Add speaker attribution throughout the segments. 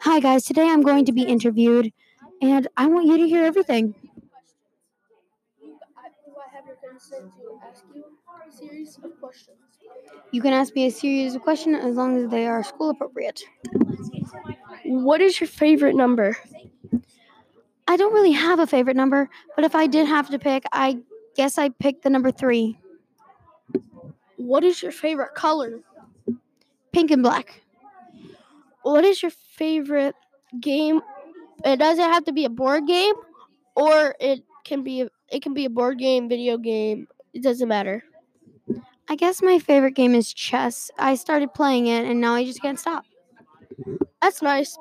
Speaker 1: Hi, guys. Today I'm going to be interviewed, and I want you to hear everything.
Speaker 2: You, I, do I have your consent to ask you a series of questions?
Speaker 1: You can ask me a series of questions as long as they are school appropriate.
Speaker 2: What is your favorite number?
Speaker 1: I don't really have a favorite number, but if I did have to pick, I guess I'd pick the number three
Speaker 2: What is your favorite color?
Speaker 1: pink and black.
Speaker 2: What is your favorite game? It doesn't have to be a board game, or it can be it can be a board game, video game. It doesn't matter.
Speaker 1: I guess my favorite game is chess. I started playing it, and now I just can't stop.
Speaker 2: That's nice.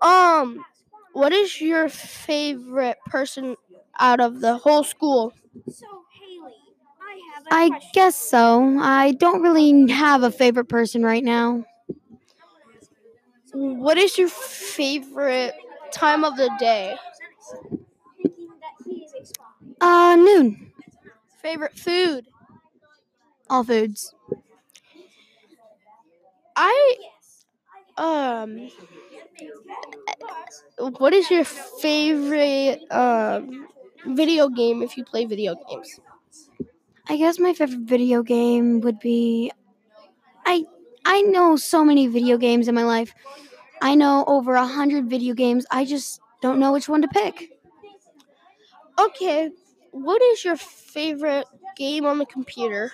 Speaker 2: Um, what is your favorite person out of the whole school?
Speaker 3: So, Haley, I have a
Speaker 1: I
Speaker 3: question.
Speaker 1: guess so. I don't really have a favorite person right now.
Speaker 2: What is your favorite time of the day?
Speaker 3: Thinking that he is a spy.
Speaker 1: Uh, noon.
Speaker 2: Favorite food?
Speaker 1: All foods.
Speaker 2: I
Speaker 3: Yes.
Speaker 2: um what is your favorite um video game if you play video games?
Speaker 1: I guess my favorite video game would be I I know so many video games in my life. I know over a hundred video games. I just don't know which one to pick.
Speaker 2: Okay. What is your favorite game on the computer?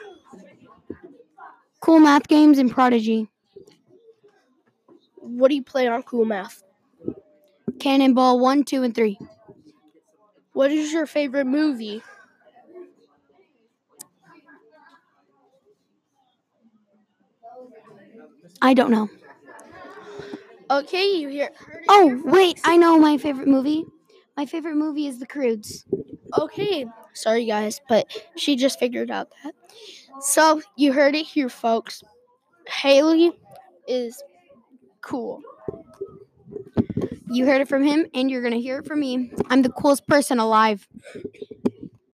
Speaker 1: Cool math games and Prodigy,
Speaker 2: What do you play on Cool Math?
Speaker 1: Cannonball one, two, and three.
Speaker 2: What is your favorite movie?
Speaker 1: I don't know.
Speaker 2: Okay, you hear
Speaker 1: Oh wait, I know my favorite movie. My favorite movie is The Croods.
Speaker 2: Okay. Sorry guys, but she just figured out that. So, you heard it here folks. Haley is cool.
Speaker 1: You heard it from him, and you're gonna hear it from me. I'm the coolest person alive.